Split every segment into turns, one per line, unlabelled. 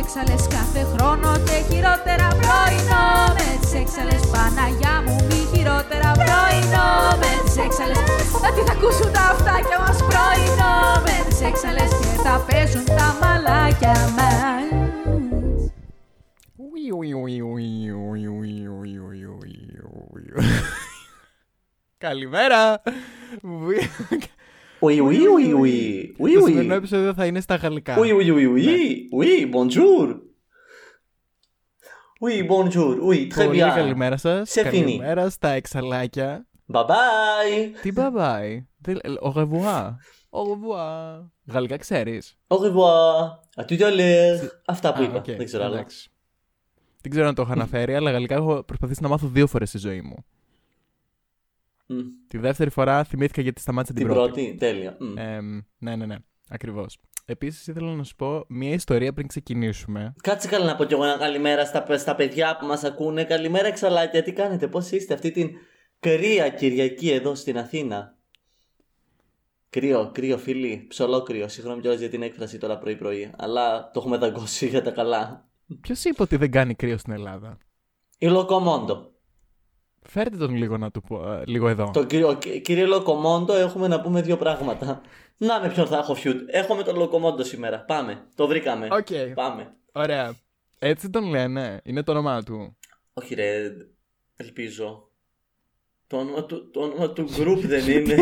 έξαλες κάθε χρόνο και χειρότερα πρωινό μες τις έξαλες Παναγιά μου μη χειρότερα πρωινό μες τις έξαλες Να τι θα ακούσουν τα αυτάκια μας πρωινό μες τις έξαλες και θα παίζουν τα μαλάκια μας
Ουι, ουι, ουι, ουι, ουι, ουι, ουι, ουι, ουι, ουι. Καλημέρα!
Ουι, ουι, ουι, ουι. Ουι,
Το σημερινό
ουι.
επεισόδιο θα είναι στα γαλλικά.
Ουι, ουι, ουι, ουι. Ουι, bonjour. Oui, bonjour. Oui, très
Πολύ
bien.
καλημέρα σας.
Σε φίνι.
Καλημέρα στα εξαλάκια.
Bye bye.
Τι bye bye. Δεν- Au revoir. Au revoir. Γαλλικά ξέρεις.
Au revoir. À tout à l'heure. Αυτά που
Α,
είπα.
οκ.
Δεν ξέρω άλλα.
Εντάξει. Δεν ξέρω αν το έχω αναφέρει, αλλά γαλλικά έχω προσπαθήσει να μάθω δύο φορές στη ζωή μου.
Μμ.
Τη δεύτερη φορά θυμήθηκα γιατί σταμάτησα την,
Την πρώτη. Τέλεια. Μμ.
Εμ, ναι, ναι, ναι. Ακριβώς. Επίσης ήθελα να σου πω μία ιστορία πριν ξεκινήσουμε.
Κάτσε καλά να πω κι εγώ ένα καλημέρα στα, στα παιδιά που μας ακούνε. Καλημέρα εξαλάκια. Τι κάνετε, πώς είστε αυτή την κρύα Κυριακή εδώ στην Αθήνα. Κρύο, κρύο φίλοι, ψωλό κρύο. Συγγνώμη κιόλας για την έκφραση τώρα πρωί-πρωί. Αλλά το έχουμε δαγκώσει για τα καλά.
Ποιος είπε ότι δεν κάνει κρύο στην Ελλάδα.
Η Λοκομόντο.
Φέρτε τον λίγο να του πω, ε, λίγο εδώ.
Το κύριο, κυ- κύριε Λοκομόντο έχουμε να πούμε δύο πράγματα. Να με ποιον θα έχω φιούτ. Έχω με τον Λοκομόντο σήμερα. Πάμε. Το βρήκαμε.
Οκ.
Πάμε.
Ωραία. Έτσι τον λένε. Είναι το όνομά του.
Όχι ρε, ελπίζω. Το όνομα του, το όνομα του group δεν είναι.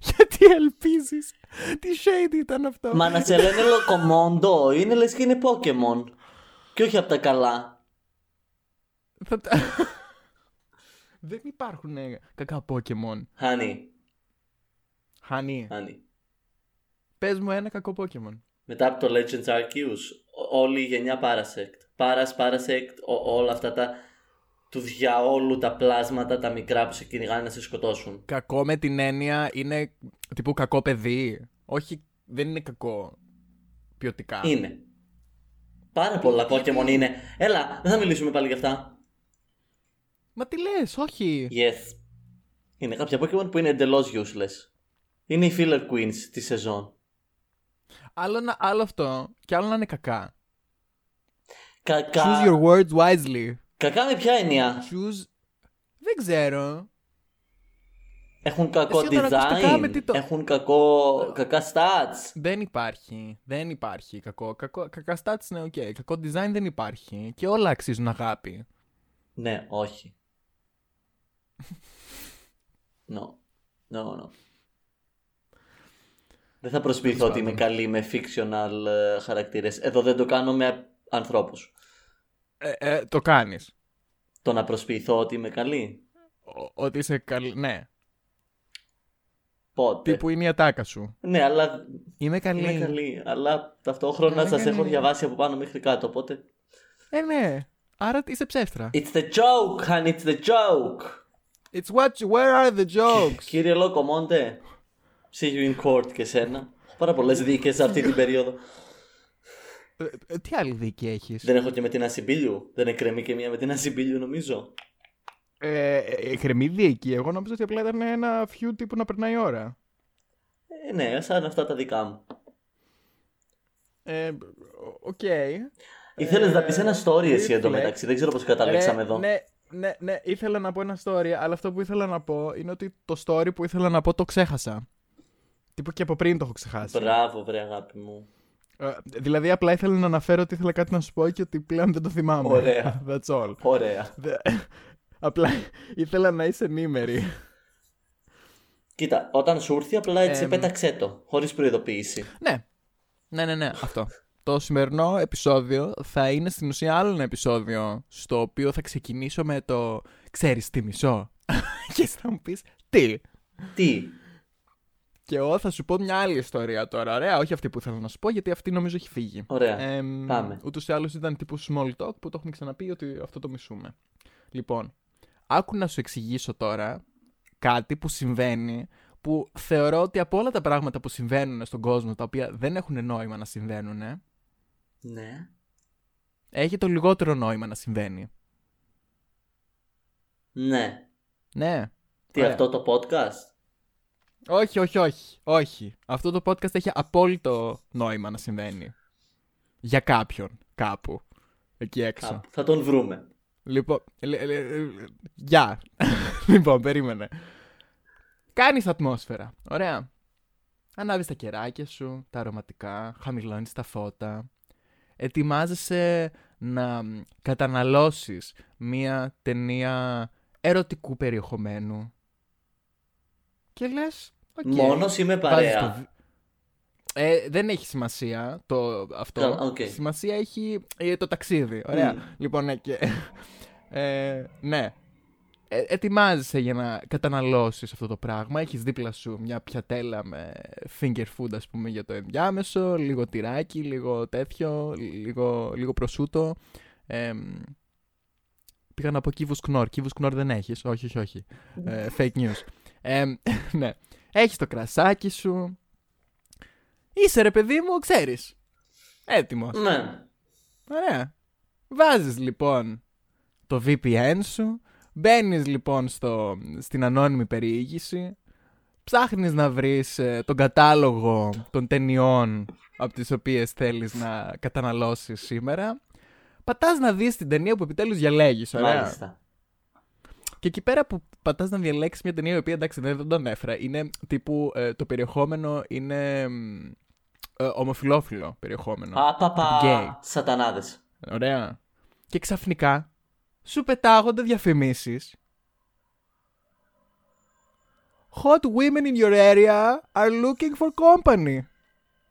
Γιατί ελπίζεις. Τι shade ήταν αυτό.
Μα να σε λένε Λοκομόντο είναι λες και είναι Pokemon. Και όχι από τα καλά.
Θα τα- Δεν υπάρχουν ε, κακά Pokemon.
Χάνι,
Χάνι,
χάνι.
πες μου ένα κακό Pokemon.
Μετά από το Legends Arceus, ό- όλη η γενιά Parasect. Paras, Parasect, ό- όλα αυτά τα του διαόλου τα πλάσματα, τα μικρά που σε κυνηγάνε να σε σκοτώσουν.
Κακό με την έννοια είναι τύπου κακό παιδί. Όχι, δεν είναι κακό ποιοτικά.
Είναι. Πάρα πολλά Pokemon είναι. Έλα, δεν θα μιλήσουμε πάλι γι' αυτά.
Μα τι λες, όχι.
Yes. Είναι κάποια Pokemon που είναι εντελώς useless. Είναι οι filler queens της σεζόν.
Άλλο, να- άλλο αυτό και άλλο να είναι κακά.
Κακά.
Choose your words wisely.
Κακά με ποια έννοια.
Choose... Δεν ξέρω.
Έχουν κακό
Εσύ όταν ακούς τα κάμε,
design,
τι το-
έχουν κακό, κακά stats.
Δεν υπάρχει. Δεν υπάρχει κακό. κακό κακά stats είναι οκ. Κακό design δεν υπάρχει. Και όλα αξίζουν αγάπη.
Ναι, όχι. No. No, no. Δεν θα προσποιηθώ ότι είμαι καλή με fictional ε, χαρακτήρες. Εδώ δεν το κάνω με ανθρώπους.
Ε, ε, το κάνεις.
Το να προσποιηθώ ότι είμαι καλή.
Ο- ότι είσαι καλή. Ναι.
Πότε.
Τύπου είναι η ατάκα σου.
Ναι, αλλά
Είμαι καλή.
είμαι καλή. Αλλά ταυτόχρονα
Ναι,
σας
ναι,
έχω
ναι.
διαβάσει από πάνω μέχρι κάτω, οπότε...
Ε, ναι. Άρα είσαι ψεύτρα.
It's the joke, and it's the joke.
It's what you, where are the jokes.
Κύριε Λοκομόντε, see you in court και σένα. Έχω Πάρα πολλές δίκες αυτή την περίοδο.
Ε, ε, τι άλλη δίκη έχεις.
Δεν έχω και με την Ασυμπίλιου. Δεν εκκρεμεί και μία με την Ασυμπίλιου, νομίζω.
Ε, ε, κρεμεί δίκη. Εγώ νόμιζα ότι απλά ήταν ένα φιού τύπου να περνάει η ώρα.
Ε, ναι, σαν αυτά τα δικά μου.
Ε, οκ.
Ήθελες να πεις ένα story εσύ
reflex.
εντωμεταξύ. Δεν ξέρω πώς καταλήξαμε
ναι,
εδώ.
Ναι, ναι, ναι, ήθελα να πω ένα story, αλλά αυτό που ήθελα να πω είναι ότι το story που ήθελα να πω το ξέχασα. Τύπου και από πριν το έχω ξεχάσει.
Μπράβο, βρε αγάπη μου.
Ε, δηλαδή, απλά ήθελα να αναφέρω ότι ήθελα κάτι να σου πω και ότι πλέον δεν το θυμάμαι.
Ωραία.
That's all.
Ωραία.
Δε- Απλά ήθελα να είσαι ενήμερη.
Κοίτα, όταν σου ήρθε, απλά έτσι
Εμ.
πέταξέ το. Χωρίς προειδοποίηση.
ναι. Ναι, ναι, ναι, αυτό. Το σημερινό επεισόδιο θα είναι στην ουσία άλλο ένα επεισόδιο στο οποίο θα ξεκινήσω με το «Ξέρεις τι μισό» και εσύ θα μου πεις «Τι».
Τι.
Και εγώ θα σου πω μια άλλη ιστορία τώρα, ωραία, όχι αυτή που θέλω να σου πω, γιατί αυτή νομίζω έχει φύγει.
Ωραία.
Εμ,
Πάμε.
Ούτως ή άλλως ήταν τύπου small talk που το έχουμε ξαναπεί ότι αυτό το μισούμε. Λοιπόν, άκου να σου εξηγήσω τώρα κάτι που συμβαίνει που θεωρώ ότι από όλα τα πράγματα που συμβαίνουν στον κόσμο τα οποία δεν έχουν νόημα να συμβαίνουν
Ναι.
έχει το λιγότερο νόημα να συμβαίνει.
Ναι.
Ναι.
Τι
Ωραία.
αυτό το podcast.
Όχι, όχι, όχι, όχι. Αυτό το podcast έχει απόλυτο νόημα να συμβαίνει. Για κάποιον. κάπου. Εκεί έξω.
Κάπου. Θα τον βρούμε.
Λοιπόν, λε- λε- λε- γεια. λοιπόν, περίμενε. Κάνεις ατμόσφαιρα. Ωραία. Ανάβεις τα κεράκια σου, τα αρωματικά, χαμηλώνεις τα φώτα. Ετοιμάζεσαι να μ, καταναλώσεις μία ταινία ερωτικού περιεχομένου. Και λες, οκ.
Μόνος είμαι
Βάζεις
παρέα.
το βι- Ε, δεν έχει σημασία το αυτό.
Κα- οκ. Mm.
Σημασία έχει ε, το ταξίδι. Ωραία.
Μμ.
Λοιπόν, ναι, και, ε, ναι. Ε, ετοιμάζεσαι για να καταναλώσεις αυτό το πράγμα. Έχεις δίπλα σου μια πιατέλα με finger food, ας πούμε, για το ενδιάμεσο. Λίγο τυράκι, λίγο τέτοιο, λίγο, λίγο προσούτο. Ε, πήγα να πω κύβους κνόρ. Κύβους κνόρ δεν έχεις. Όχι, όχι, όχι. Ε, fake news. Ε, ναι. Έχεις το κρασάκι σου. Είσαι ρε παιδί μου, ξέρεις. Έτοιμος.
Ναι.
Ωραία. Βάζεις λοιπόν το VPN σου, μπαίνεις λοιπόν στο, στην ανώνυμη περιήγηση, ψάχνεις να βρεις ε, τον κατάλογο των ταινιών από τις οποίες θέλεις να καταναλώσεις σήμερα, πατάς να δεις την ταινία που επιτέλους διαλέγεις, ωραία.
Μάλιστα.
Και εκεί πέρα που πατάς να διαλέξεις μια ταινία η οποία εντάξει δεν δεν τον έφερα. Είναι τύπου ε, το περιεχόμενο είναι μ, ε, ομοφιλόφιλο περιεχόμενο. Ναι. Γκέι.
Απαπα. Σατανάδες.
Ωραία. Και ξαφνικά σου πετάγονται διαφημίσεις. Hot women in your area are looking for company.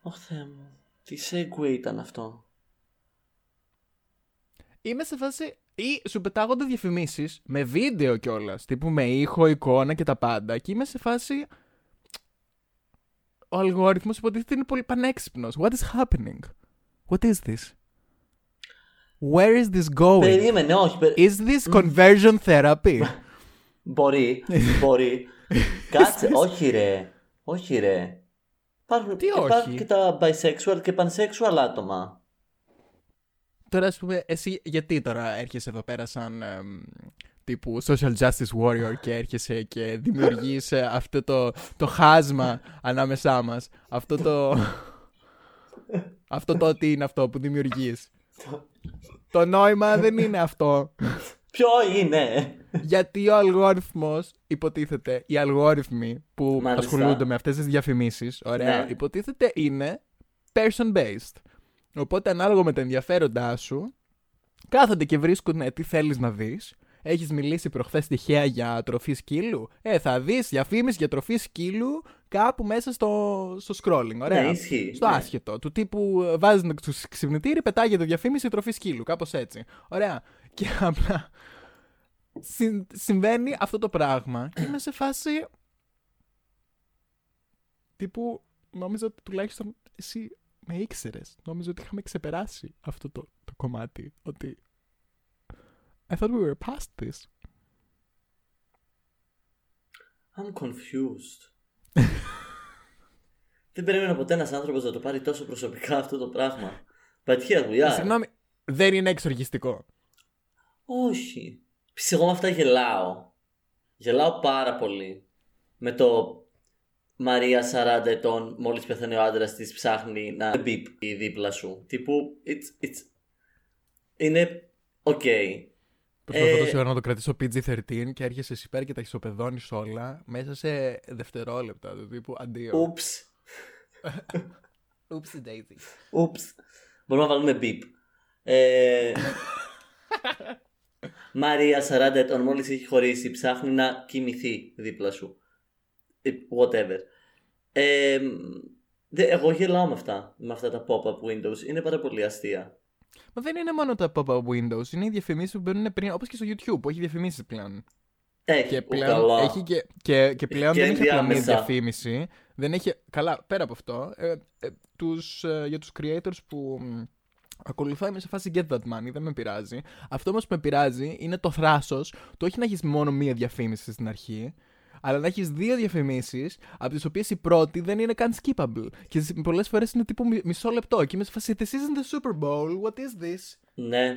Ω Θεέ μου. Τι segue ήταν αυτό.
Είμαι σε φάση. ή σου πετάγονται διαφημίσεις με βίντεο κιόλας. Τύπου με ήχο, εικόνα και τα πάντα. Και είμαι σε φάση. Ο αλγόριθμος υποτίθεται είναι πολύ πανέξυπνος. What is happening? What is this? Where is this going?
Περίμενε, όχι. περι-
Is this conversion therapy?
Μπορεί, μπορεί. Κάτσε, όχι ρε. Όχι ρε. Υπάρχουν,
Τι
υπάρχουν
όχι?
και τα bisexual και pansexual άτομα.
Τώρα, ας πούμε, εσύ γιατί τώρα έρχεσαι εδώ πέρα σαν εμ, τύπου social justice warrior και έρχεσαι και δημιουργείς ε, αυτό το, το χάσμα ανάμεσά μας. Αυτό το... αυτό το τι είναι αυτό που δημιουργείς. το νόημα δεν είναι αυτό.
Ποιο είναι.
γιατί ο αλγόριθμος, υποτίθεται, οι αλγόριθμοι που
Μάλιστα.
ασχολούνται με αυτές τις διαφημίσεις, ωραία,
Ναι.
υποτίθεται είναι person-based. Οπότε ανάλογα με τα ενδιαφέροντά σου, κάθονται και βρίσκουν ε, τι θέλεις να δεις. Έχεις μιλήσει προχθές τυχαία για τροφή σκύλου. Ε, θα δεις διαφήμιση για τροφή σκύλου κάπου μέσα στο, στο scrolling, ωραία.
Ναι, ισχύει,
στο
ναι.
άσχετο. Του τύπου ε, βάζεις το ξυπνητήρι, πετάγεται διαφήμιση τροφή σκύλου, κάπως έτσι. Ωραία. Και απλά συν- συμβαίνει αυτό το πράγμα και είμαι σε φάση τύπου νόμιζα ότι τουλάχιστον εσύ με ήξερες. Νόμιζα ότι είχαμε ξεπεράσει αυτό το, το κομμάτι. Ότι. I thought we were past this.
I'm confused. Δεν περίμενα ποτέ ένας άνθρωπος να το πάρει τόσο προσωπικά αυτό το πράγμα. But here we are.
Συγγνώμη, δεν είναι εξοργιστικό.
Όχι. Πεις, εγώ με αυτά γελάω. Γελάω πάρα πολύ. Με το Μαρία 40 ετών, μόλις πεθαίνει ο άντρας της, ψάχνει να μπιπ η δίπλα σου. Τύπου, it's, it's... Είναι οκ.
Προσπαθώ
Ε,
τόση ώρα να το κρατήσω PG-13 και έρχεσαι εσύ πέρα και τα ισοπεδώνεις όλα μέσα σε δευτερόλεπτα. Του τύπου αντίο.
Oops.
Oopsie daisy.
Oops. Μπορούμε να βάλουμε beep. Ε... Μαρία 40 ετών μόλις έχει χωρίσει ψάχνει να κοιμηθεί δίπλα σου. Ε, Whatever. Ε, δε- εγώ γελάω με αυτά, με αυτά τα pop-up windows. Είναι πάρα πολύ αστεία.
Μα δεν είναι μόνο τα pop-up windows, είναι οι διαφημίσεις που μπαίνουν πριν, όπως και στο YouTube που έχει διαφημίσεις πλέον.
Έχει,
Και
Ε, Ναι, ου,
πλέον,
καλά.
έχει και, και, και πλέον
και
δεν έχει απλά μία
ενδιάμεσα.
διαφήμιση. Δεν έχει, καλά, πέρα από αυτό, ε, ε, τους, ε, για τους creators που μ, ακολουθώ είμαι σε φάση get that money, δεν με πειράζει. Αυτό όμως που με πειράζει είναι το θράσος, το όχι να έχεις μόνο μία διαφήμιση στην αρχή, αλλά να έχεις δύο διαφημίσεις, από τις οποίες η πρώτη δεν είναι καν skippable. Και σε- πολλές φορές είναι τύπου μι- μισό λεπτό και είμαι σε φάση, this isn't the Super Bowl, what is this?
Ναι.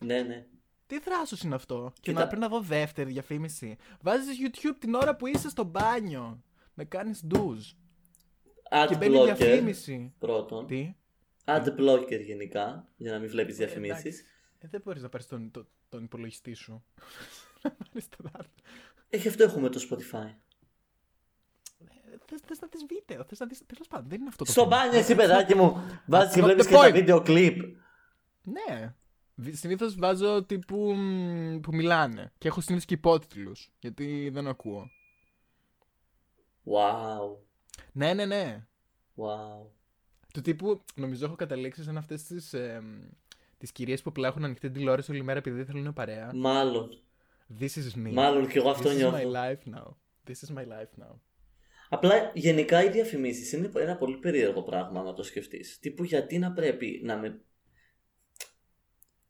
Ναι, ναι.
Τι θράσος είναι αυτό. Και
Κοίτα.
να πρέπει να δω δεύτερη διαφήμιση. Βάζεις YouTube την ώρα που είσαι στο μπάνιο. Να κάνεις ντουζ.
Ad
Και μπαίνει
blocker,
διαφήμιση.
πρώτον.
Τι.
Ad blocker γενικά, για να μην βλέπεις διαφημίσει.
Ε, δεν μπορείς να πάρεις τον, το- τον υπολογιστή σου. να πάρεις τον άλλο.
Ε, γι' αυτό έχουμε το Spotify.
Θες Ε, να δει βίντεο, θες να δει. Τέλος πάντων, δεν είναι αυτό το
Στο
θέμα.
μπάνιο, εσύ παιδάκι μου, βάζεις και
Not
βλέπεις
the
και τα
point.
βίντεο κλιπ.
Ναι. Συνήθως βάζω τύπου μ, που μιλάνε. Και έχω συνήθως και υπότιτλους. Γιατί δεν ακούω.
Wow,
Ναι, ναι, ναι.
wow.
Του τύπου, νομίζω έχω καταλήξει σαν αυτές τις. Ε, τις κυρίες που απλά έχουν ανοιχτή την τηλεόραση όλη μέρα επειδή θέλουν παρέα.
Μάλλον,
This is me.
μάλλον και εγώ
This
αυτό
is my
νιώθω.
life now. This is my life now.
Απλά γενικά οι διαφημίσεις είναι ένα πολύ περίεργο πράγμα να το σκεφτείς. Τύπου γιατί να πρέπει να με.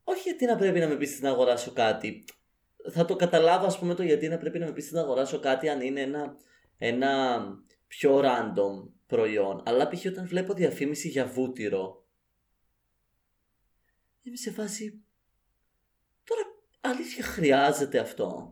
Όχι γιατί να πρέπει να με πείσει να αγοράσω κάτι. Θα το καταλάβω, ας πούμε, το γιατί να πρέπει να με πείσει να αγοράσω κάτι αν είναι ένα, ένα πιο random προϊόν. Αλλά π.χ. όταν βλέπω διαφήμιση για βούτυρο. Είμαι σε φάση. Τώρα αλήθεια χρειάζεται αυτό.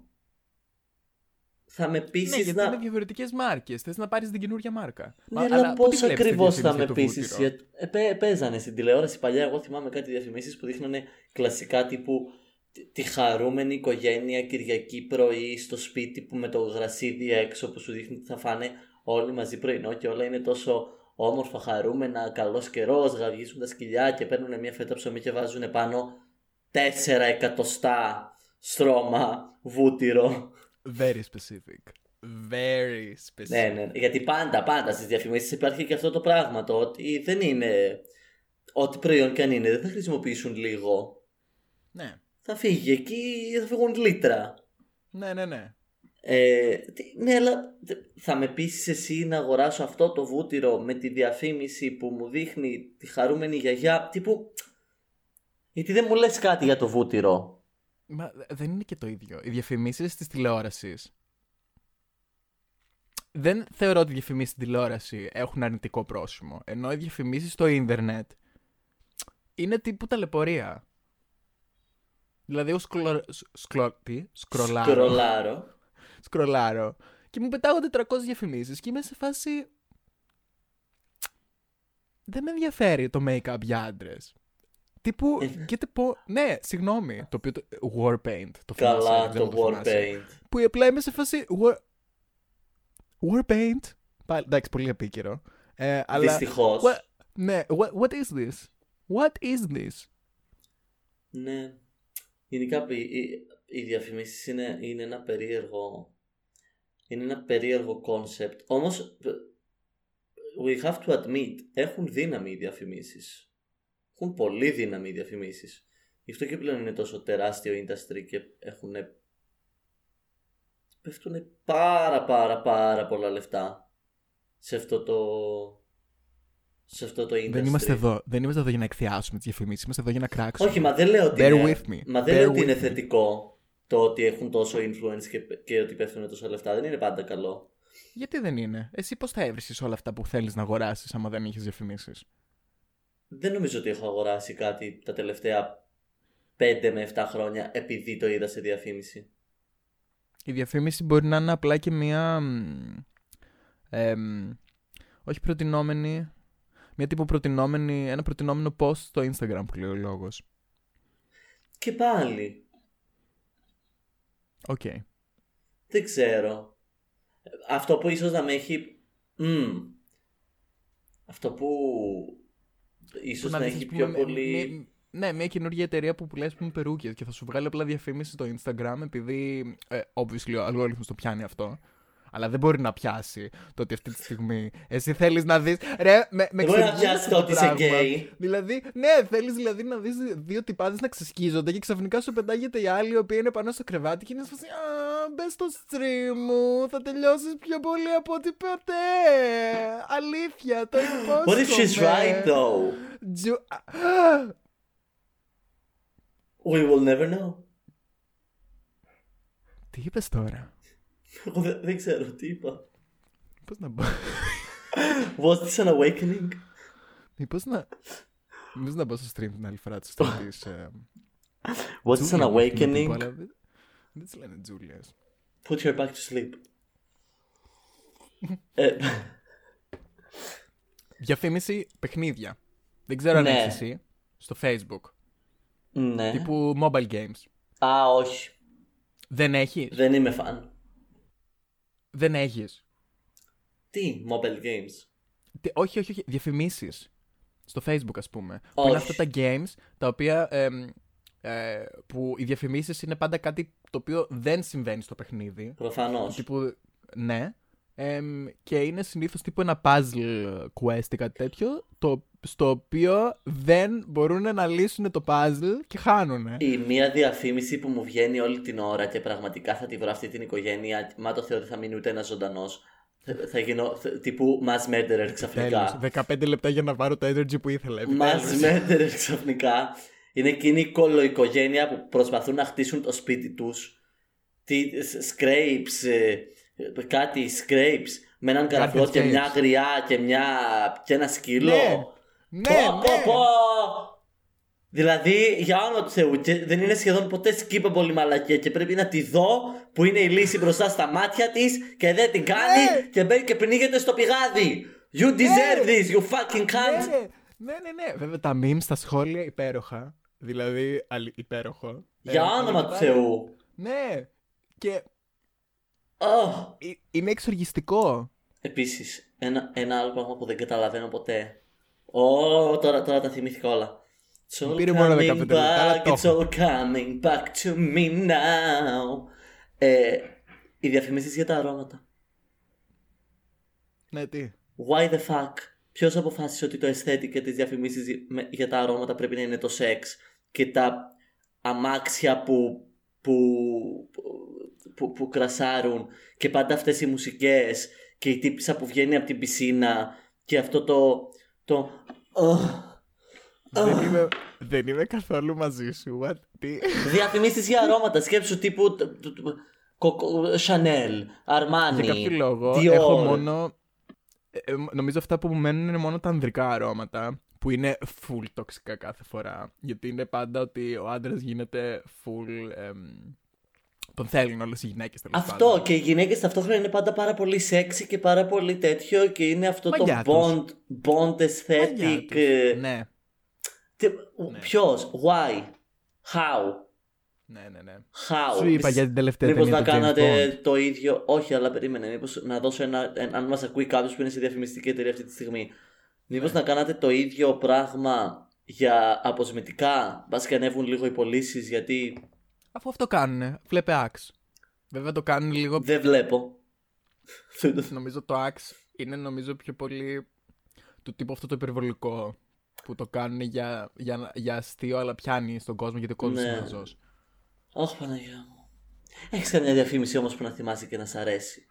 Θα με
Ναι,
πείσει
γιατί
να.
είναι διαφορετικές μάρκες. Θες να πάρεις την καινούργια μάρκα.
Ναι,
Μα-
αλλά
πού τη
πώ
βλέπεις τη
ακριβώ θα
διαφήμιση
με
του
πείσει.
βούτυρο?
Ε, πέ- παίζανε στην τηλεόραση παλιά. Εγώ θυμάμαι κάτι διαφημίσεις που δείχνανε κλασικά τύπου τη- τη χαρούμενη οικογένεια Κυριακή πρωί στο σπίτι που με το γρασίδι έξω που σου δείχνει ότι θα φάνε όλοι μαζί πρωινό και όλα είναι τόσο όμορφα, χαρούμενα, καλός καιρός. Γαβγίζουν τα σκυλιά και παίρνουν μια φέτα ψωμί και βάζουν πάνω 4 εκατοστά στρώμα βούτυρο.
Very specific. Very specific.
Ναι, ναι, ναι. γιατί πάντα, πάντα στις διαφημίσεις υπάρχει και αυτό το πράγμα. Το ότι δεν είναι. Ό,τι προϊόν και αν είναι, δεν θα χρησιμοποιήσουν λίγο.
ναι.
Θα φύγει εκεί, θα φύγουν λίτρα.
Ναι, ναι, ναι.
Ε, τι- ναι, αλλά τε- θα με πείσει εσύ να αγοράσω αυτό το βούτυρο με τη διαφήμιση που μου δείχνει τη χαρούμενη γιαγιά. Τύπου. Γιατί δεν μου λες κάτι για το βούτυρο.
Μα δε- δεν είναι και το ίδιο. Οι διαφημίσεις της τηλεόρασης. Δεν θεωρώ ότι οι διαφημίσεις στην τηλεόρασης έχουν αρνητικό πρόσημο. Ενώ οι διαφημίσεις στο ίντερνετ είναι τύπου ταλαιπωρία. Δηλαδή, εγώ σκλο... σκλο... τι? Σκρολάρω.
Σκρολάρω.
σκρολάρω και μου πετάγονται 400 διαφημίσεις και είμαι σε φάση... Δεν με ενδιαφέρει το make-up για άντρες. Τύπου,
Ε.
get po... Ναι, συγγνώμη, το οποίο το... War Paint, το θυμάσαι,
Καλά
δεν ξέρω
το
αν
War
θυμάσαι.
Paint.
Που απλά είμαι σε φάση... War, War Paint. Πάλι, εντάξει, πολύ επίκαιρο. Ε, αλλά...
Δυστυχώς.
What... Ναι, what, what is this? What is this?
Ναι. Γενικά οι, οι, οι διαφημίσεις είναι, είναι ένα περίεργο. Είναι ένα περίεργο κόνσεπτ. Όμως. We have to admit, έχουν δύναμη οι διαφημίσεις. Έχουν πολύ δύναμη οι διαφημίσεις. Γι' αυτό και πλέον είναι τόσο τεράστιο industry και έχουν. Πέφτουν πάρα πάρα πάρα πολλά λεφτά σε αυτό το. Σε αυτό το industry.
Δεν είμαστε εδώ. Δεν είμαστε εδώ για να εκθιάσουμε τις διαφημίσεις. Είμαστε εδώ για να κράξουμε.
Όχι, μα δεν λέω ότι
Bear
είναι,
with me.
Μα δεν
Bear
λέω ότι
with
είναι
me.
θετικό το ότι έχουν τόσο influence και, και ότι πέφτουν τόσα λεφτά. Δεν είναι πάντα καλό.
Γιατί δεν είναι. Εσύ πώς θα έβρισες όλα αυτά που θέλεις να αγοράσεις άμα δεν είχε διαφημίσεις.
Δεν νομίζω ότι έχω αγοράσει κάτι τα τελευταία 5 με 7 χρόνια επειδή το είδα σε διαφήμιση.
Η διαφήμιση μπορεί να είναι απλά και μία. μ, εμ, όχι προτινόμενη. Μία τύπου προτινόμενη. Ένα προτινόμενο post στο Instagram που λέει ο λόγος.
Και πάλι,
Οκ.
δεν ξέρω. Αυτό που ίσως να με έχει... Μμμ. Αυτό που ίσως να,
δεις, ας
έχει
πούμε,
πιο
με-
πολύ...
με- ναι, μια καινούργια εταιρεία που πουλάει ας πούμε, περούκες και θα σου βγάλει απλά διαφήμιση στο Instagram επειδή, ε, obviously, ο αλγόριθμος το πιάνει αυτό. Αλλά δεν μπορεί να πιάσει το ότι αυτή τη στιγμή εσύ θέλεις να δεις... Ρε, με, με
Δεν μπορεί να
εξοργίζει
πιάσει
αυτό
το ότι είσαι
πράγμα.
γκέι.
Δηλαδή, ναι, θέλεις δηλαδή να δεις δύο τυπάδες να ξεσκίζονται και ξαφνικά σου πετάγεται η άλλη η οποία είναι πάνω στο κρεβάτι και είναι σε φάση, Α, μπες στο stream μου, θα τελειώσεις πιο πολύ από ό,τι ποτέ. Αλήθεια, το υπόσχομαι.
What if she's right though?
Τζου...
We will never know.
Τι είπες τώρα.
Εγώ δεν, δεν ξέρω τι είπα.
Μήπως να μπω...
Was this an awakening?
Μήπως να... Μήπως να μπω στο stream την άλλη φορά της της... ε,
Was this an
Τζούλια, όχι με τίποτα,
awakening?
αλλά Δεν δεν τις λένε Τζούλιας.
Put her back to sleep. Eh, Ε,
Διαφήμιση παιχνίδια. Δεν ξέρω αν
Ναι.
έχεις εσύ. Στο Facebook.
Ναι.
Τύπου mobile games.
Α, όχι.
Δεν έχεις.
Δεν είμαι φαν.
Δεν έχεις.
Τι, mobile games.
Τι- Όχι, όχι, όχι. Διαφημίσεις. Στο Facebook, ας πούμε. Που
Όχι.
είναι αυτά τα games τα οποία. εμ, ε, που οι διαφημίσεις είναι πάντα κάτι το οποίο δεν συμβαίνει στο παιχνίδι.
Προφανώς.
Τύπου, ναι. Εμ, και είναι συνήθως τύπου ένα puzzle quest ή κάτι τέτοιο, το, στο οποίο δεν μπορούν να λύσουν το puzzle και χάνουν.
Η μία διαφήμιση που μου βγαίνει όλη την ώρα και πραγματικά θα τη βρω αυτή την οικογένεια, μα το Θεό δεν θα μείνει ούτε ένας ζωντανός. Θα γίνω θε- τύπου mass murderer
Τέλος.
ξαφνικά.
15 λεπτά για να πάρω το energy που Ε, ναι. ήθελα.
Mass
επιτέλους.
murderer ξαφνικά. Είναι εκείνη η κολοοικογένεια που προσπαθούν να χτίσουν το σπίτι τους. Τι σ- scrapes, ε, κάτι scrapes με έναν καραφλό και
scrapes.
μια γριά και, μια, και ένα σκύλο.
Ναι. Ναι,
Πω, πω,
ναι.
πω. Δηλαδή, για όνομα του Θεού, και δεν είναι σχεδόν ποτέ skippable η μαλακία και πρέπει να τη δω που είναι η λύση μπροστά στα μάτια της και δεν την κάνει
Ναι.
και μπαίνει και πνίγεται στο πηγάδι. You deserve this, you fucking cunt.
Ναι, ρε. ναι, ναι, ναι. Βέβαια τα memes στα σχόλια υπέροχα. Δηλαδή αλη- υπέροχο.
Για
Ε,
όνομα του
αλλά-
Θεού.
Ναι. Και
Oh.
ε, είναι εξοργιστικό.
Επίσης, ένα, ένα άλλο πράγμα που δεν καταλαβαίνω ποτέ. Ω, τώρα, τώρα τα θυμήθηκα όλα. It's all
Πήρε μόνο 15
coming
λεπτά, αλλά
back,
το
it's all coming back to me now. Ε, οι διαφημίσεις για τα αρώματα.
Ναι, τι.
Why the fuck? Ποιος αποφάσισε ότι το aesthetic και τις διαφημίσεις για τα αρώματα πρέπει να είναι το σεξ και τα αμάξια που, που, που, που κρασάρουν και πάντα αυτές οι μουσικές και η τύπησα που βγαίνει από την πισίνα και αυτό το. το...
δεν, είμαι, δεν είμαι καθόλου μαζί σου. What? Τι.
Διαφημίσεις για αρώματα. Σκέψου τύπου. τ- τ- τ- κοκο- Chanel, Armani.
Για κάποιο λόγο
Dior.
έχω μόνο. ε, ε, νομίζω αυτά που μου μένουν είναι μόνο τα ανδρικά αρώματα που είναι full τοξικά κάθε φορά. Γιατί είναι πάντα ότι ο άντρας γίνεται full. εμ, τον θέλουν όλες οι γυναίκες τέλος
Αυτό και οι γυναίκες ταυτόχρονα είναι πάντα πάρα πολύ σεξι και πάρα πολύ τέτοιο και είναι αυτό
Μαγιά
το
τους.
bond, bond aesthetic.
Ναι, Ναι.
Ποιος, why, how,
ναι, ναι. ναι.
how.
Σου είπα
Μήπως-
για την τελευταία
μήπως
ταινία
να
του James
κάνατε
Bond.
το ίδιο. Όχι, αλλά περίμενε. Μήπως να δώσω ένα. εν- αν μας ακούει κάποιος που είναι σε διαφημιστική εταιρεία αυτή τη στιγμή. Μήπως
Ναι.
να κάνατε το ίδιο πράγμα για αποσμητικά. Μπα και ανέβουν λίγο οι πωλήσεις, γιατί
Αφού αυτό κάνουνε, βλέπε Axe. Βέβαια το κάνουν λίγο.
δεν βλέπω.
Νομίζω το Axe είναι νομίζω πιο πολύ του τύπου αυτό το υπερβολικό που το κάνουν για, για, για αστείο, αλλά πιάνει στον κόσμο γιατί ο κόσμος
Ναι.
είναι χαζός.
Ωχ, Παναγία μου. Έχεις καμιά διαφήμιση όμως που να θυμάσαι και να σ' αρέσει.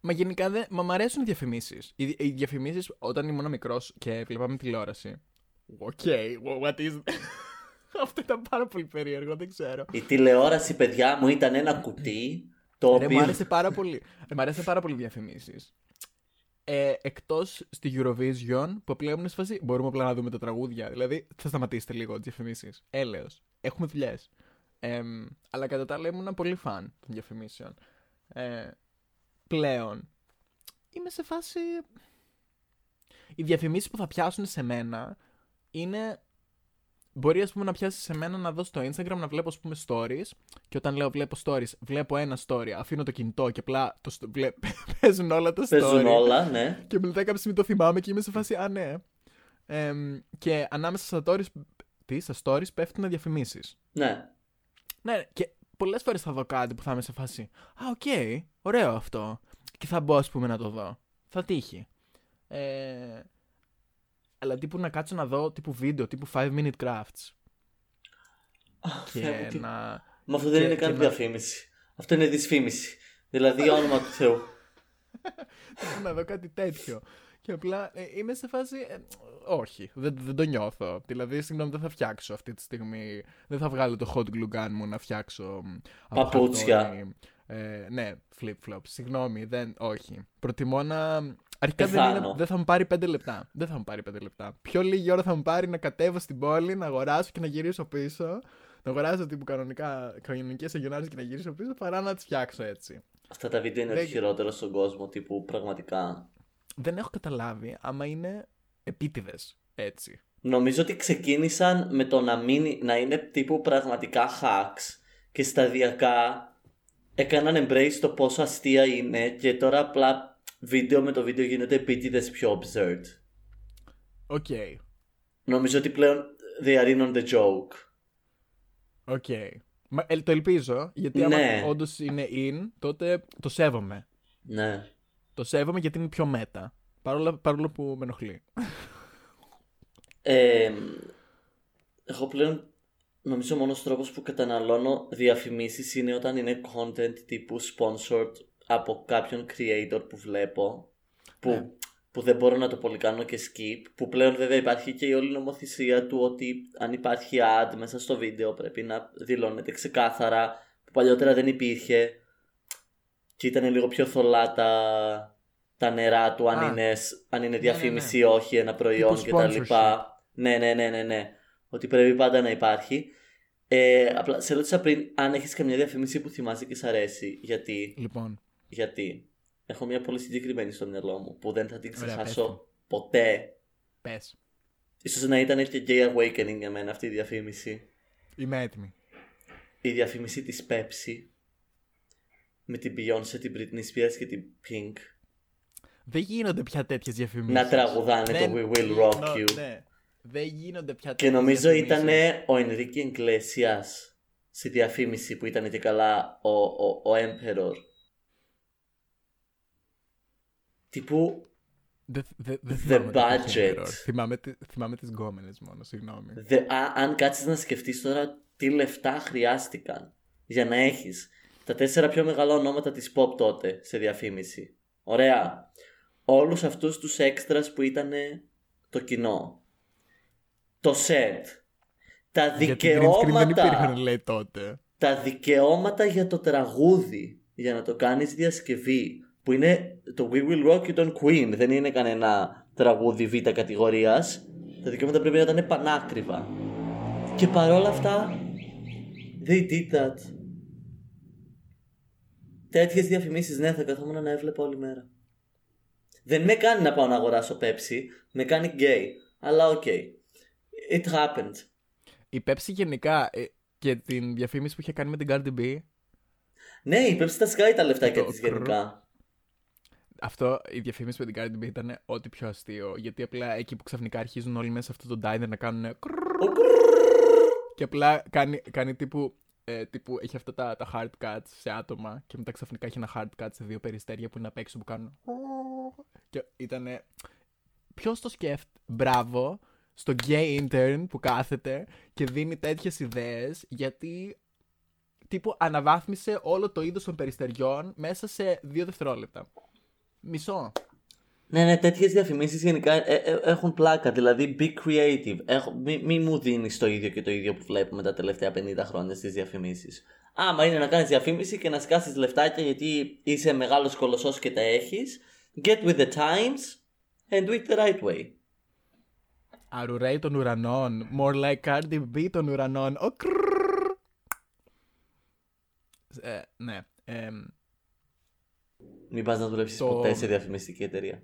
Μα γενικά δεν. Μα μ' αρέσουν οι διαφημίσεις. Οι, οι διαφημίσεις όταν ήμουν μικρός και βλέπαμε τηλεόραση. Οκ, wha- what is. αυτό ήταν πάρα πολύ περίεργο, δεν ξέρω.
Η τηλεόραση, παιδιά μου, ήταν ένα κουτί το
Ε, Ρε,
οποίο.
μου άρεσε πάρα πολύ. Ρε, Μ' άρεσε πάρα πολύ διαφημίσεις. Ε, Εκτός στη Eurovision που πλέον είναι σε φάση μπορούμε απλά να δούμε τα τραγούδια. Δηλαδή θα σταματήσετε λίγο τις διαφημίσεις. Έλεω. Έχουμε δουλειές. αλλά κατά τα άλλα ήμουν πολύ φαν των διαφημίσεων. Ε, πλέον είμαι σε φάση. Οι διαφημίσεις που θα πιάσουν σε μένα είναι. Μπορεί ας πούμε να πιάσεις σε μένα να δω στο Instagram να βλέπω ας πούμε stories και όταν λέω βλέπω stories, βλέπω ένα story, αφήνω το κινητό και απλά το στο- βλέ- παίζουν όλα τα story.
Παίζουν όλα, ναι.
Και μετά κάποια στιγμή το θυμάμαι και είμαι σε φάση, α ναι. Εμ, και ανάμεσα στα stories, τι, στα stories πέφτουν διαφημίσεις.
Ναι.
Ναι, και πολλές φορές θα δω κάτι που θα είμαι σε φάση. Α, οκ, ωραίο αυτό. Και θα μπω, ας πούμε, να το δω. Θα τύχει. Ε, αλλά τύπου να κάτσω να δω τύπου βίντεο, τύπου 5 minute crafts.
Αχ, Θεέ μου,
Και
τι-
να.
Μα αυτό δεν
και-
είναι
και
καν
να-
διαφήμιση. Αυτό είναι δυσφήμιση. Δηλαδή, για όνομα του Θεού.
να δω κάτι τέτοιο. Και απλά ε, είμαι σε φάση. ε, όχι, δεν, δεν το νιώθω. Δηλαδή, συγγνώμη, δεν θα φτιάξω αυτή τη στιγμή. Δεν θα βγάλω το hot glue gun μου να φτιάξω. μ, από
Παπούτσια.
χαρτόνι, Ε, ναι, flip-flop. Συγγνώμη, δεν, όχι. Προτιμώ να. Αρχικά δεν,
Πεθάνω.
είναι, δεν θα μου πάρει 5 λεπτά. Δεν θα μου πάρει 5 λεπτά. Πιο λίγη ώρα θα μου πάρει να κατέβω στην πόλη, να αγοράσω και να γυρίσω πίσω. Να αγοράσω τύπου κανονικά κανονικές αγιονάρε και να γυρίσω πίσω παρά να τις φτιάξω έτσι.
Αυτά τα βίντεο είναι
Δεν-
το χειρότερο στον κόσμο, τύπου πραγματικά.
δεν έχω καταλάβει άμα είναι επίτηδες. Έτσι.
Νομίζω ότι ξεκίνησαν με το να, μην, να είναι τύπου πραγματικά hacks και σταδιακά έκαναν embrace το πόσο αστεία είναι και τώρα απλά βίντεο με το βίντεο γίνονται επίτηδες πιο absurd.
Οκ.
Νομίζω ότι πλέον they are in on the joke.
Οκ. Μα, ε, το ελπίζω, γιατί
Ναι.
άμα όντως είναι in, τότε το σέβομαι.
Ναι.
Το σέβομαι γιατί είναι πιο μέτα. Παρόλο, παρόλο που με ενοχλεί.
Ε, εγώ πλέον νομίζω ο μόνος τρόπος που καταναλώνω διαφημίσεις είναι όταν είναι content τύπου sponsored από κάποιον creator που βλέπω που,
Ναι.
που δεν μπορώ να το πολύ κάνω και skip που πλέον βέβαια υπάρχει και η όλη νομοθεσία του ότι αν υπάρχει ad μέσα στο βίντεο πρέπει να δηλώνεται ξεκάθαρα που παλιότερα δεν υπήρχε και ήταν λίγο πιο θολά τα, τα νερά του αν,
Α.
είναι, σ- αν είναι
ναι, ναι.
διαφήμιση ή όχι ένα προϊόν προϊόν
Τύπου
και τα
sponsorship.
λοιπά. Ναι, ναι, ναι, ναι, ναι. Ότι πρέπει πάντα να υπάρχει. Ε, απλά σε ρώτησα πριν αν έχεις καμιά διαφήμιση που θυμάσαι και σ' αρέσει. Γιατί,
Λοιπόν,
γιατί έχω μια πολύ συγκεκριμένη στο μυαλό μου που δεν θα την
Ωραία, πες
ξεχάσω
μου.
ποτέ.
πες.
Ίσως να ήταν και Gay Awakening για μένα αυτή η διαφήμιση.
Είμαι έτοιμη.
Η διαφήμιση της Pepsi με την Beyoncé, την Britney Spears και την Pink.
Δεν γίνονται πια τέτοιες διαφημίσεις.
Να τραγουδάνε το We Will Rock You.
Ναι. Δεν γίνονται πια
Και
τέτοιες
νομίζω ήταν
διαφημίσεις.
ο Ενρίκη Εγκλέσιας στη διαφήμιση που ήταν και καλά ο, ο, ο Emperor. Τύπου
Δε, δε, δεν
The
θυμάμαι το
budget.
Conqueror. Θυμάμαι, τι- θυμάμαι τις γκόμενες μόνο, συγγνώμη.
δε- α- αν κάτσεις να σκεφτείς τώρα τι λεφτά χρειάστηκαν για να έχεις τα τέσσερα πιο μεγάλα ονόματα της pop τότε σε διαφήμιση. Ωραία. Όλους αυτούς τους έξτρας που ήταν το κοινό. Το set. Τα
Γιατί green screen δεν
δικαιώματα.
υπήρχαν, λέει τότε.
τα δικαιώματα για το τραγούδι για να το κάνεις διασκευή που είναι το We Will Rock You των Queen δεν είναι κανένα τραγούδι β' κατηγορίας τα δικαιώματα πρέπει να ήταν πανάκριβα και παρόλα αυτά they did that τέτοιες διαφημίσεις ναι θα καθόμουν να έβλεπα όλη μέρα δεν με κάνει να πάω να αγοράσω Pepsi με κάνει gay αλλά οκ it happened
Η Pepsi γενικά ε, και την διαφήμιση που είχε κάνει με την Cardi B,
ναι η Pepsi τα σκάει τα λεφτάκια
Το
της γενικά
αυτό η διαφήμιση με την Cardi B ήταν ό,τι πιο αστείο. Γιατί απλά εκεί που ξαφνικά αρχίζουν όλοι μέσα σε αυτό το diner να κάνουν. κρρρρ Και απλά κάνει, κάνει τύπου, ε, τύπου. Έχει αυτά τα, τα hard cuts σε άτομα. Και μετά ξαφνικά έχει ένα hard cut σε δύο περιστέρια που είναι απ' έξω που κάνουν. Και ήταν. Ποιος το σκέφτεται. Μπράβο στο gay intern που κάθεται και δίνει τέτοιες ιδέες γιατί τύπου αναβάθμισε όλο το είδος των περιστεριών μέσα σε δύο δευτερόλεπτα. Μισό.
Ναι, ναι, τέτοιες διαφημίσεις γενικά ε, ε, έχουν πλάκα. Δηλαδή, be creative. Έχω, μη, μη μου δίνεις το ίδιο και το ίδιο που βλέπουμε τα τελευταία 50 χρόνια στις διαφημίσεις. Άμα είναι να κάνεις διαφήμιση και να σκάσεις λεφτάκια γιατί είσαι μεγάλος κολοσσός και τα έχεις, get with the times and do it the right way.
Αρουρέι των ουρανών. More like Cardi B Oh, των ουρανών. Ο κρρρρ. Ε, ναι. Εμ,
Μην πα να δουλέψει
Το-
ποτέ σε διαφημιστική εταιρεία.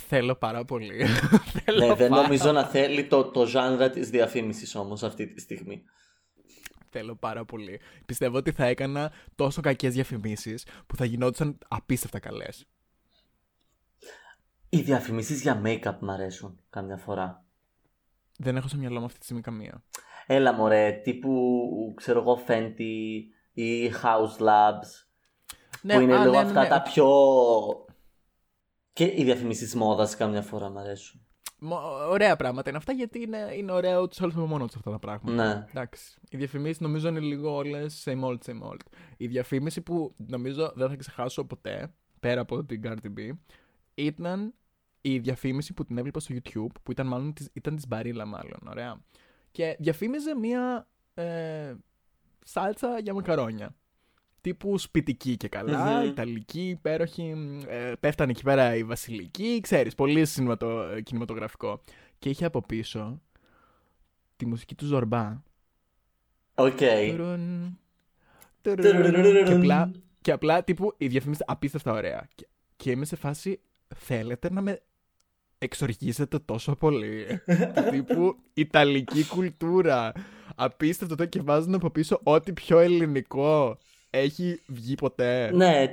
θέλω πάρα πολύ. θέλω
ναι, δεν
πάρα-
νομίζω να θέλει το, το genre της διαφήμισης όμως αυτή τη στιγμή.
Θέλω πάρα πολύ. Πιστεύω ότι θα έκανα τόσο κακές διαφημίσεις που θα γινόντουσαν απίστευτα καλές.
Οι διαφημίσεις για make-up μ' αρέσουν καμιά φορά.
Δεν έχω στο μυαλό μου αυτή τη στιγμή καμία.
Έλα μωρέ, τύπου ξέρω εγώ Fenty ή House Labs που είναι
α,
λίγο
ναι, ναι,
αυτά
ναι.
τα πιο... Και οι διαφημίσεις μόδας καμιά φορά μ' αρέσουν.
Μο- Ωραία πράγματα είναι αυτά γιατί είναι, είναι ωραίο του όλου με μόνος τους αυτά τα πράγματα.
Ναι.
Εντάξει. Οι διαφημίσεις νομίζω είναι λίγο όλες same old, same old. Η διαφήμιση που νομίζω δεν θα ξεχάσω ποτέ, πέρα από την Cardi B, ήταν η διαφήμιση που την έβλεπα στο YouTube, που ήταν μάλλον της, ήταν της Μπαρίλα μάλλον, ωραία. Και διαφήμιζε μία ε, σάλτσα για μακαρόνια. Τύπου σπιτική και καλά,
Μμμ.
ιταλική, υπέροχη. Ε, πέφτανε εκεί πέρα η βασιλική, ξέρεις, πολύ συνηματο- κινηματογραφικό. Και είχε από πίσω τη μουσική του Ζορμπά.
Οκ.
Τουρουν, τουρουρουρουρουρουν. Και απλά, και απλά τύπου η διαφήμιση ήταν απίστευτα ωραία. Και, και είμαι σε φάση, θέλετε να με εξοργίζεται τόσο πολύ. Του τύπου Ιταλική κουλτούρα. Απίστευτο το και βάζουν από πίσω ό,τι πιο ελληνικό έχει βγει ποτέ.
Ναι.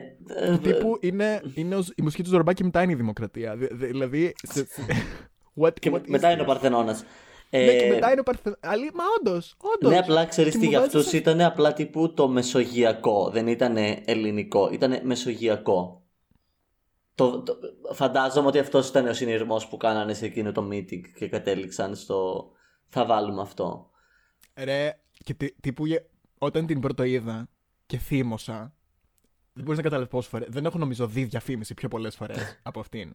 Του τύπου είναι, είναι ως- η μουσική του Ζορμπάκη μετά είναι η δημοκρατία. Δη- δη- Δηλαδή. σε- What,
Και
what is
μετά
this?
είναι ο Ε, Παρθενώνας.
Ναι, και μετά είναι ο Παρθεν- Αλλά- Μα όντως, όντως.
Ναι, απλά ξέρεις τι, για αυτού ήταν απλά τύπου το μεσογειακό. Δεν ήταν ελληνικό, ήταν μεσογειακό. Το, το- φαντάζομαι ότι αυτός ήταν ο συνειρμός που κάνανε σε εκείνο το meeting και κατέληξαν στο. Θα βάλουμε αυτό.
Ρε, και τι- τύπου γε- όταν την πρώτο είδα και θύμωσα. Δεν μπορείς να καταλάβεις πόσες φορές. Δεν έχω νομίζω δει διαφήμιση πιο πολλές φορές από αυτήν.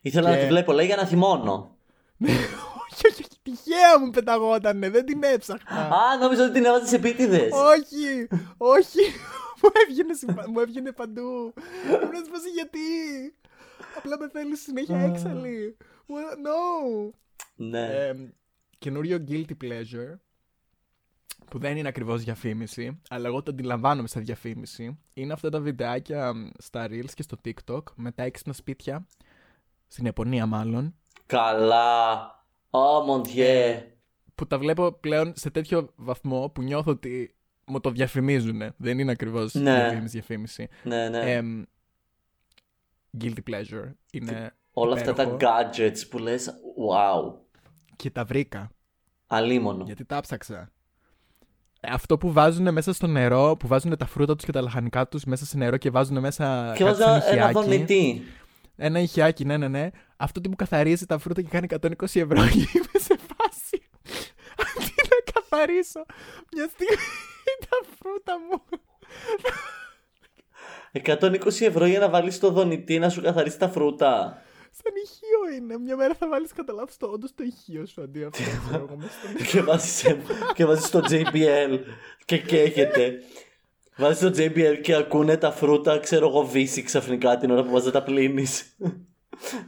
Ήθελα
Και-
να τη βλέπω, λέει, για να θυμώνω.
όχι, όχι, όχι, τυχαία μου πεταγότανε, δεν την έψαχνα.
Α, νόμιζα ότι την έβαζες επίτηδες.
όχι, όχι, μου έβγαινε, συμπα- μου έβγαινε παντού. Ήμουν να σου γιατί. Απλά με θέλεις συνέχεια έξαλλη. Well, no.
Ναι.
Ε, καινούριο guilty pleasure που δεν είναι ακριβώς διαφήμιση, αλλά εγώ το αντιλαμβάνομαι σαν διαφήμιση, είναι αυτά τα βιντεάκια μ, στα Reels και στο TikTok με τα έξυπνα σπίτια, στην Ιαπωνία μάλλον,
Καλά. Ω,
Ε.
μοντιέ.
που τα βλέπω πλέον σε τέτοιο βαθμό που νιώθω ότι μου το διαφημίζουν. Δεν είναι ακριβώς
Ναι.
διαφήμιση, διαφήμιση.
Ναι, ναι.
Ε, μ, guilty pleasure είναι
Όλα αυτά τα
υπέροχο.
gadgets που λες, wow.
και τα βρήκα.
Αλίμονο.
Γιατί τα ψάξα. Ε, Αυτό που βάζουν μέσα στο νερό, που βάζουν τα φρούτα τους και τα λαχανικά τους μέσα σε νερό και βάζουν μέσα
Και
κάτι σαν
βάζω ένα
ηχιάκι.
δονητή.
Ένα ηχιάκι, ναι, ναι, ναι. Αυτό τι που καθαρίζει τα φρούτα και κάνει 120 ευρώ και είμαι σε φάση. Αντί να καθαρίσω μια στιγμή τα φρούτα μου.
120 ευρώ για να βάλεις το δονητή να σου καθαρίσει τα φρούτα.
Σαν ηχείο είναι. Μια μέρα θα βάλεις κατά λάθος το όντως το ηχείο σου αντί αυτό. ξέρω εγώ, μέσα στο νερό.
και, βάζεις, και βάζεις το JBL και καίγεται. Βάζεις το JBL και ακούνε τα φρούτα, ξέρω εγώ, βύση ξαφνικά την ώρα που βάζεις να τα πλύνεις.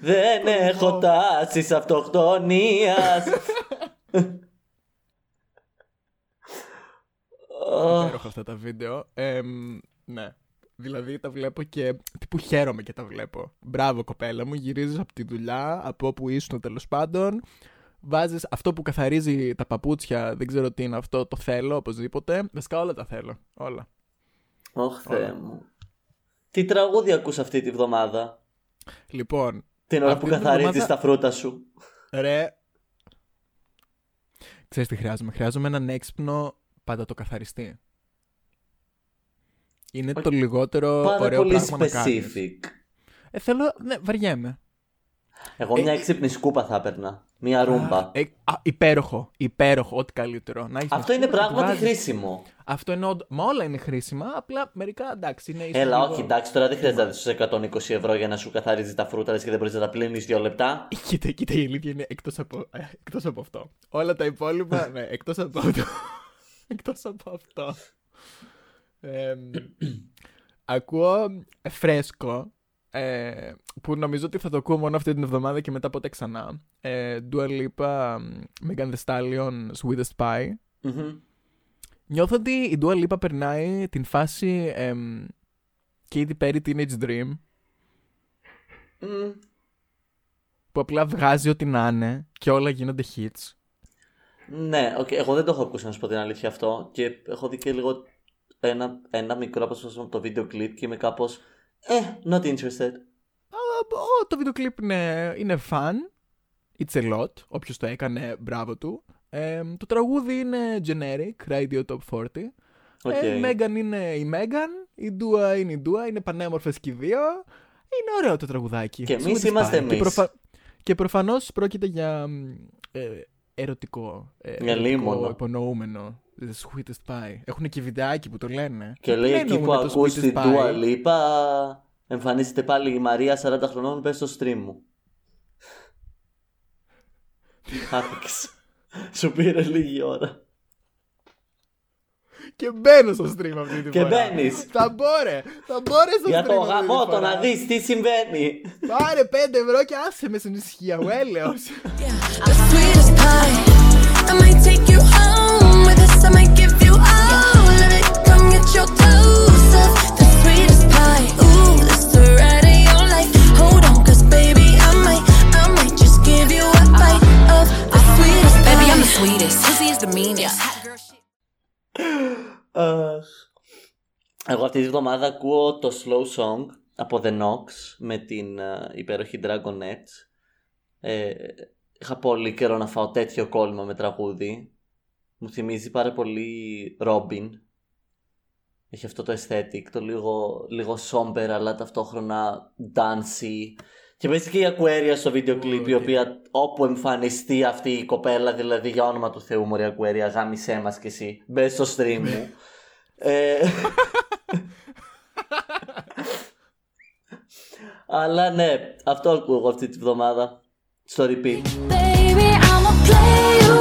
Δεν έχω τάσεις αυτοκτονίας. Αχ,
Υπέροχα αυτά τα βίντεο. Εμ, ναι. Δηλαδή τα βλέπω και τύπου χαίρομαι και τα βλέπω. Μπράβο κοπέλα μου, γυρίζεις από τη δουλειά, από όπου ήσουν τέλος πάντων. Βάζεις αυτό που καθαρίζει τα παπούτσια, δεν ξέρω τι είναι αυτό, το θέλω οπωσδήποτε. Βασικά όλα τα θέλω, όλα.
Ωχ, Θεέ μου. Τι τραγούδι ακούς αυτή τη βδομάδα,
Λοιπόν,
την ώρα
Αυτή
που
την
καθαρίζεις
βδομάδα-
τα φρούτα σου.
ρε... Ξέρεις τι χρειάζομαι, χρειάζομαι έναν έξυπνο πάντα το καθαριστή. Είναι το λιγότερο
Πάρα
ωραίο
πολύ
πράγμα να κάνεις.
specific.
Ε, θέλω, ναι, βαριέμαι.
Εγώ μια έξυπνη σκούπα θα έπαιρνα. Μια ρούμπα.
Ε, α, υπέροχο, υπέροχο, ό,τι καλύτερο. Να έχεις
Αυτό
μια
είναι
σκούπα, τη
πράγματι
βάζεις.
χρήσιμο.
Αυτό είναι όντω. Μα όλα είναι χρήσιμα, απλά μερικά εντάξει είναι. ίσως
Έλα,
λίγο-
όχι, εντάξει, τώρα δεν χρειάζεται να δώσεις 120 ευρώ για να σου καθαρίζεις τα φρούτα λες και δεν μπορείς να τα πλύνεις δύο λεπτά.
Κοίτα, κοίτα, η αλήθεια είναι εκτός από, ε, εκτός από αυτό. Όλα τα υπόλοιπα, ναι, εκτός από αυτό. εκτός από αυτό. Ε, ακούω φρέσκο, ε, που νομίζω ότι θα το ακούω μόνο αυτή την εβδομάδα και μετά ποτέ ξανά. Ε, Dua Lipa, Megan Thee Stallion, Sweetest Pie.
Μμμ.
Νιώθω ότι η Dua Lipa περνάει την φάση εμ, Katy Perry Teenage Dream
Μμμ.
που απλά βγάζει ό,τι να είναι και όλα γίνονται hits.
Ναι, οκ, εγώ δεν το έχω ακούσει να σου πω την αλήθεια αυτό. Και έχω δει και λίγο ένα, ένα μικρό απόσπασμα από το βίντεο κλιπ και είμαι κάπως. Ε, not interested.
Αλλά, ο, το βίντεο κλιπ είναι, είναι fun, it's a lot, όποιος το έκανε μπράβο του. Εμ, το τραγούδι είναι generic, Radio Top 40.
Οκ.
Ε, η Megan είναι η Megan, η Dua είναι η Dua, είναι πανέμορφες και οι δύο. Είναι ωραίο το τραγουδάκι.
Και εμείς
Sweet as
είμαστε
pie. Και,
εμείς.
προφα... και προφανώς πρόκειται για μ, ε, ερωτικό, ε,
Για
ερωτικό
λίμωνο.
υπονοούμενο. The sweetest pie. Έχουν και βιντεάκι που το λένε.
Και
Τι
λέει
λένε
εκεί που
όμως με το
ακούς
sweetest
την
pie?
Dua Lipa εμφανίζεται πάλι η Μαρία 40 χρονών πες στο stream μου. Άξ. Σου πήρε λίγη ώρα.
Και μπαίνω στο stream αυτή τη
Και
φορά.
μπαίνεις.
Θα μπόρε. Θα μπόρε στο
Για
stream.
το
αυτή τη
γαμό το
φορά.
να δεις τι συμβαίνει.
Πάρε 5 ευρώ και άσε με στην ησυχία. Ο έλεος.
The sweetest pie. I might take you home with us. I might give you all of it. Come get your dose of the sweetest pie. Ooh, it's the ride of your life. Hold on, 'cause baby, I might, I might.
Ε, Εγώ αυτή τη βδομάδα ακούω το Slow Song από The Knox με την ε, υπέροχη Dragonettes. Ε, είχα πολύ καιρό να φάω τέτοιο κόλλημα με τραγούδι. Μου θυμίζει πάρα πολύ Robin. Έχει αυτό το aesthetic, το λίγο, λίγο somber αλλά ταυτόχρονα dancey. Και παίζει και η Aquaria στο βίντεο κλιπ, η οποία όπου εμφανιστεί αυτή η κοπέλα, δηλαδή για όνομα του Θεού μωρή Aquaria, γάμισέ μας κι εσύ, μπες στο stream μου. Ε, Αλλά ναι, αυτό ακούω εγώ αυτή τη βδομάδα. Στο repeat.
Baby, I'ma play you,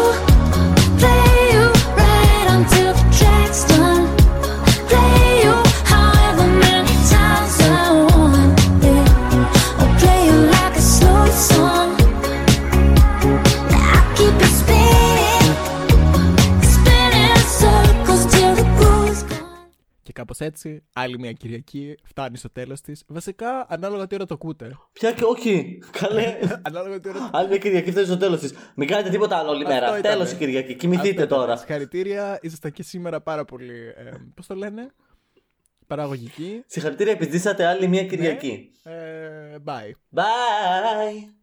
play you right until the track's done. Play you however many times I want. Yeah, I'll play you like a slow song. I keep it spinning, spinning circles till the groove's gone.
Και κάπως έτσι, άλλη μια Κυριακή φτάνει στο τέλος της. Βασικά, ανάλογα τι ώρα το ακούτε.
Πια και όχι. Καλέ.
ανάλογα τι ώρα το
Άλλη μια Κυριακή φτάνει στο τέλος της. Μην κάνετε τίποτα άλλο όλη μέρα.
Αυτό ήταν.
Τέλος η Κυριακή. Κοιμηθείτε
Αυτό ήταν.
τώρα.
Συγχαρητήρια, ήσασταν και σήμερα πάρα πολύ. Ε, Πώς το λένε, παραγωγική.
Συγχαρητήρια, επιζήσατε άλλη μια Κυριακή.
Ε, bye.
Bye.